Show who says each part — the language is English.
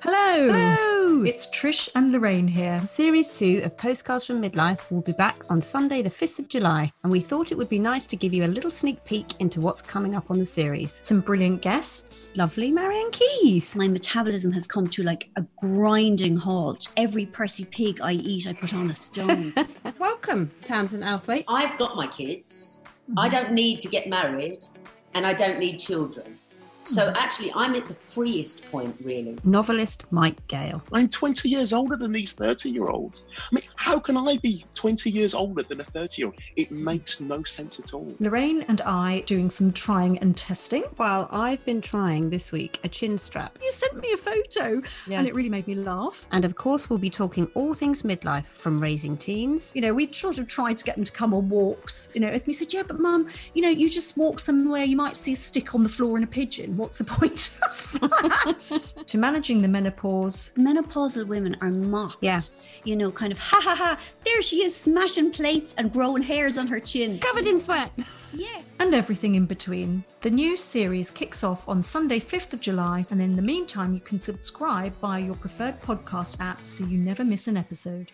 Speaker 1: Hello.
Speaker 2: Hello.
Speaker 1: It's Trish and Lorraine here.
Speaker 2: Series 2 of Postcards from Midlife will be back on Sunday, the 5th of July, and we thought it would be nice to give you a little sneak peek into what's coming up on the series.
Speaker 1: Some brilliant guests.
Speaker 2: Lovely Marianne Keys.
Speaker 3: My metabolism has come to like a grinding halt. Every Percy pig I eat, I put on a stone.
Speaker 2: Welcome, Tamsin Althwaite.
Speaker 4: I've got my kids. I don't need to get married and I don't need children. So actually, I'm at the freest point, really.
Speaker 2: Novelist Mike Gale.
Speaker 5: I'm 20 years older than these 30 year olds. I mean, how can I be 20 years older than a 30 year old? It makes no sense at all.
Speaker 1: Lorraine and I doing some trying and testing.
Speaker 2: Well, I've been trying this week a chin strap.
Speaker 1: You sent me a photo and it really made me laugh.
Speaker 2: And of course, we'll be talking all things midlife, from raising teens.
Speaker 1: You know, we sort of tried to get them to come on walks, you know, and we said, yeah, but mum, you know, you just walk somewhere, you might see a stick on the floor and a pigeon. What's the point of that? to managing the menopause,
Speaker 3: Menopausal women are mocked.
Speaker 2: Yeah.
Speaker 3: You know, kind of, ha ha ha, there she is smashing plates and growing hairs on her chin.
Speaker 2: Covered in sweat.
Speaker 3: Yes.
Speaker 1: and everything in between. The new series kicks off on Sunday, 5th of July, and in the meantime, you can subscribe via your preferred podcast app so you never miss an episode.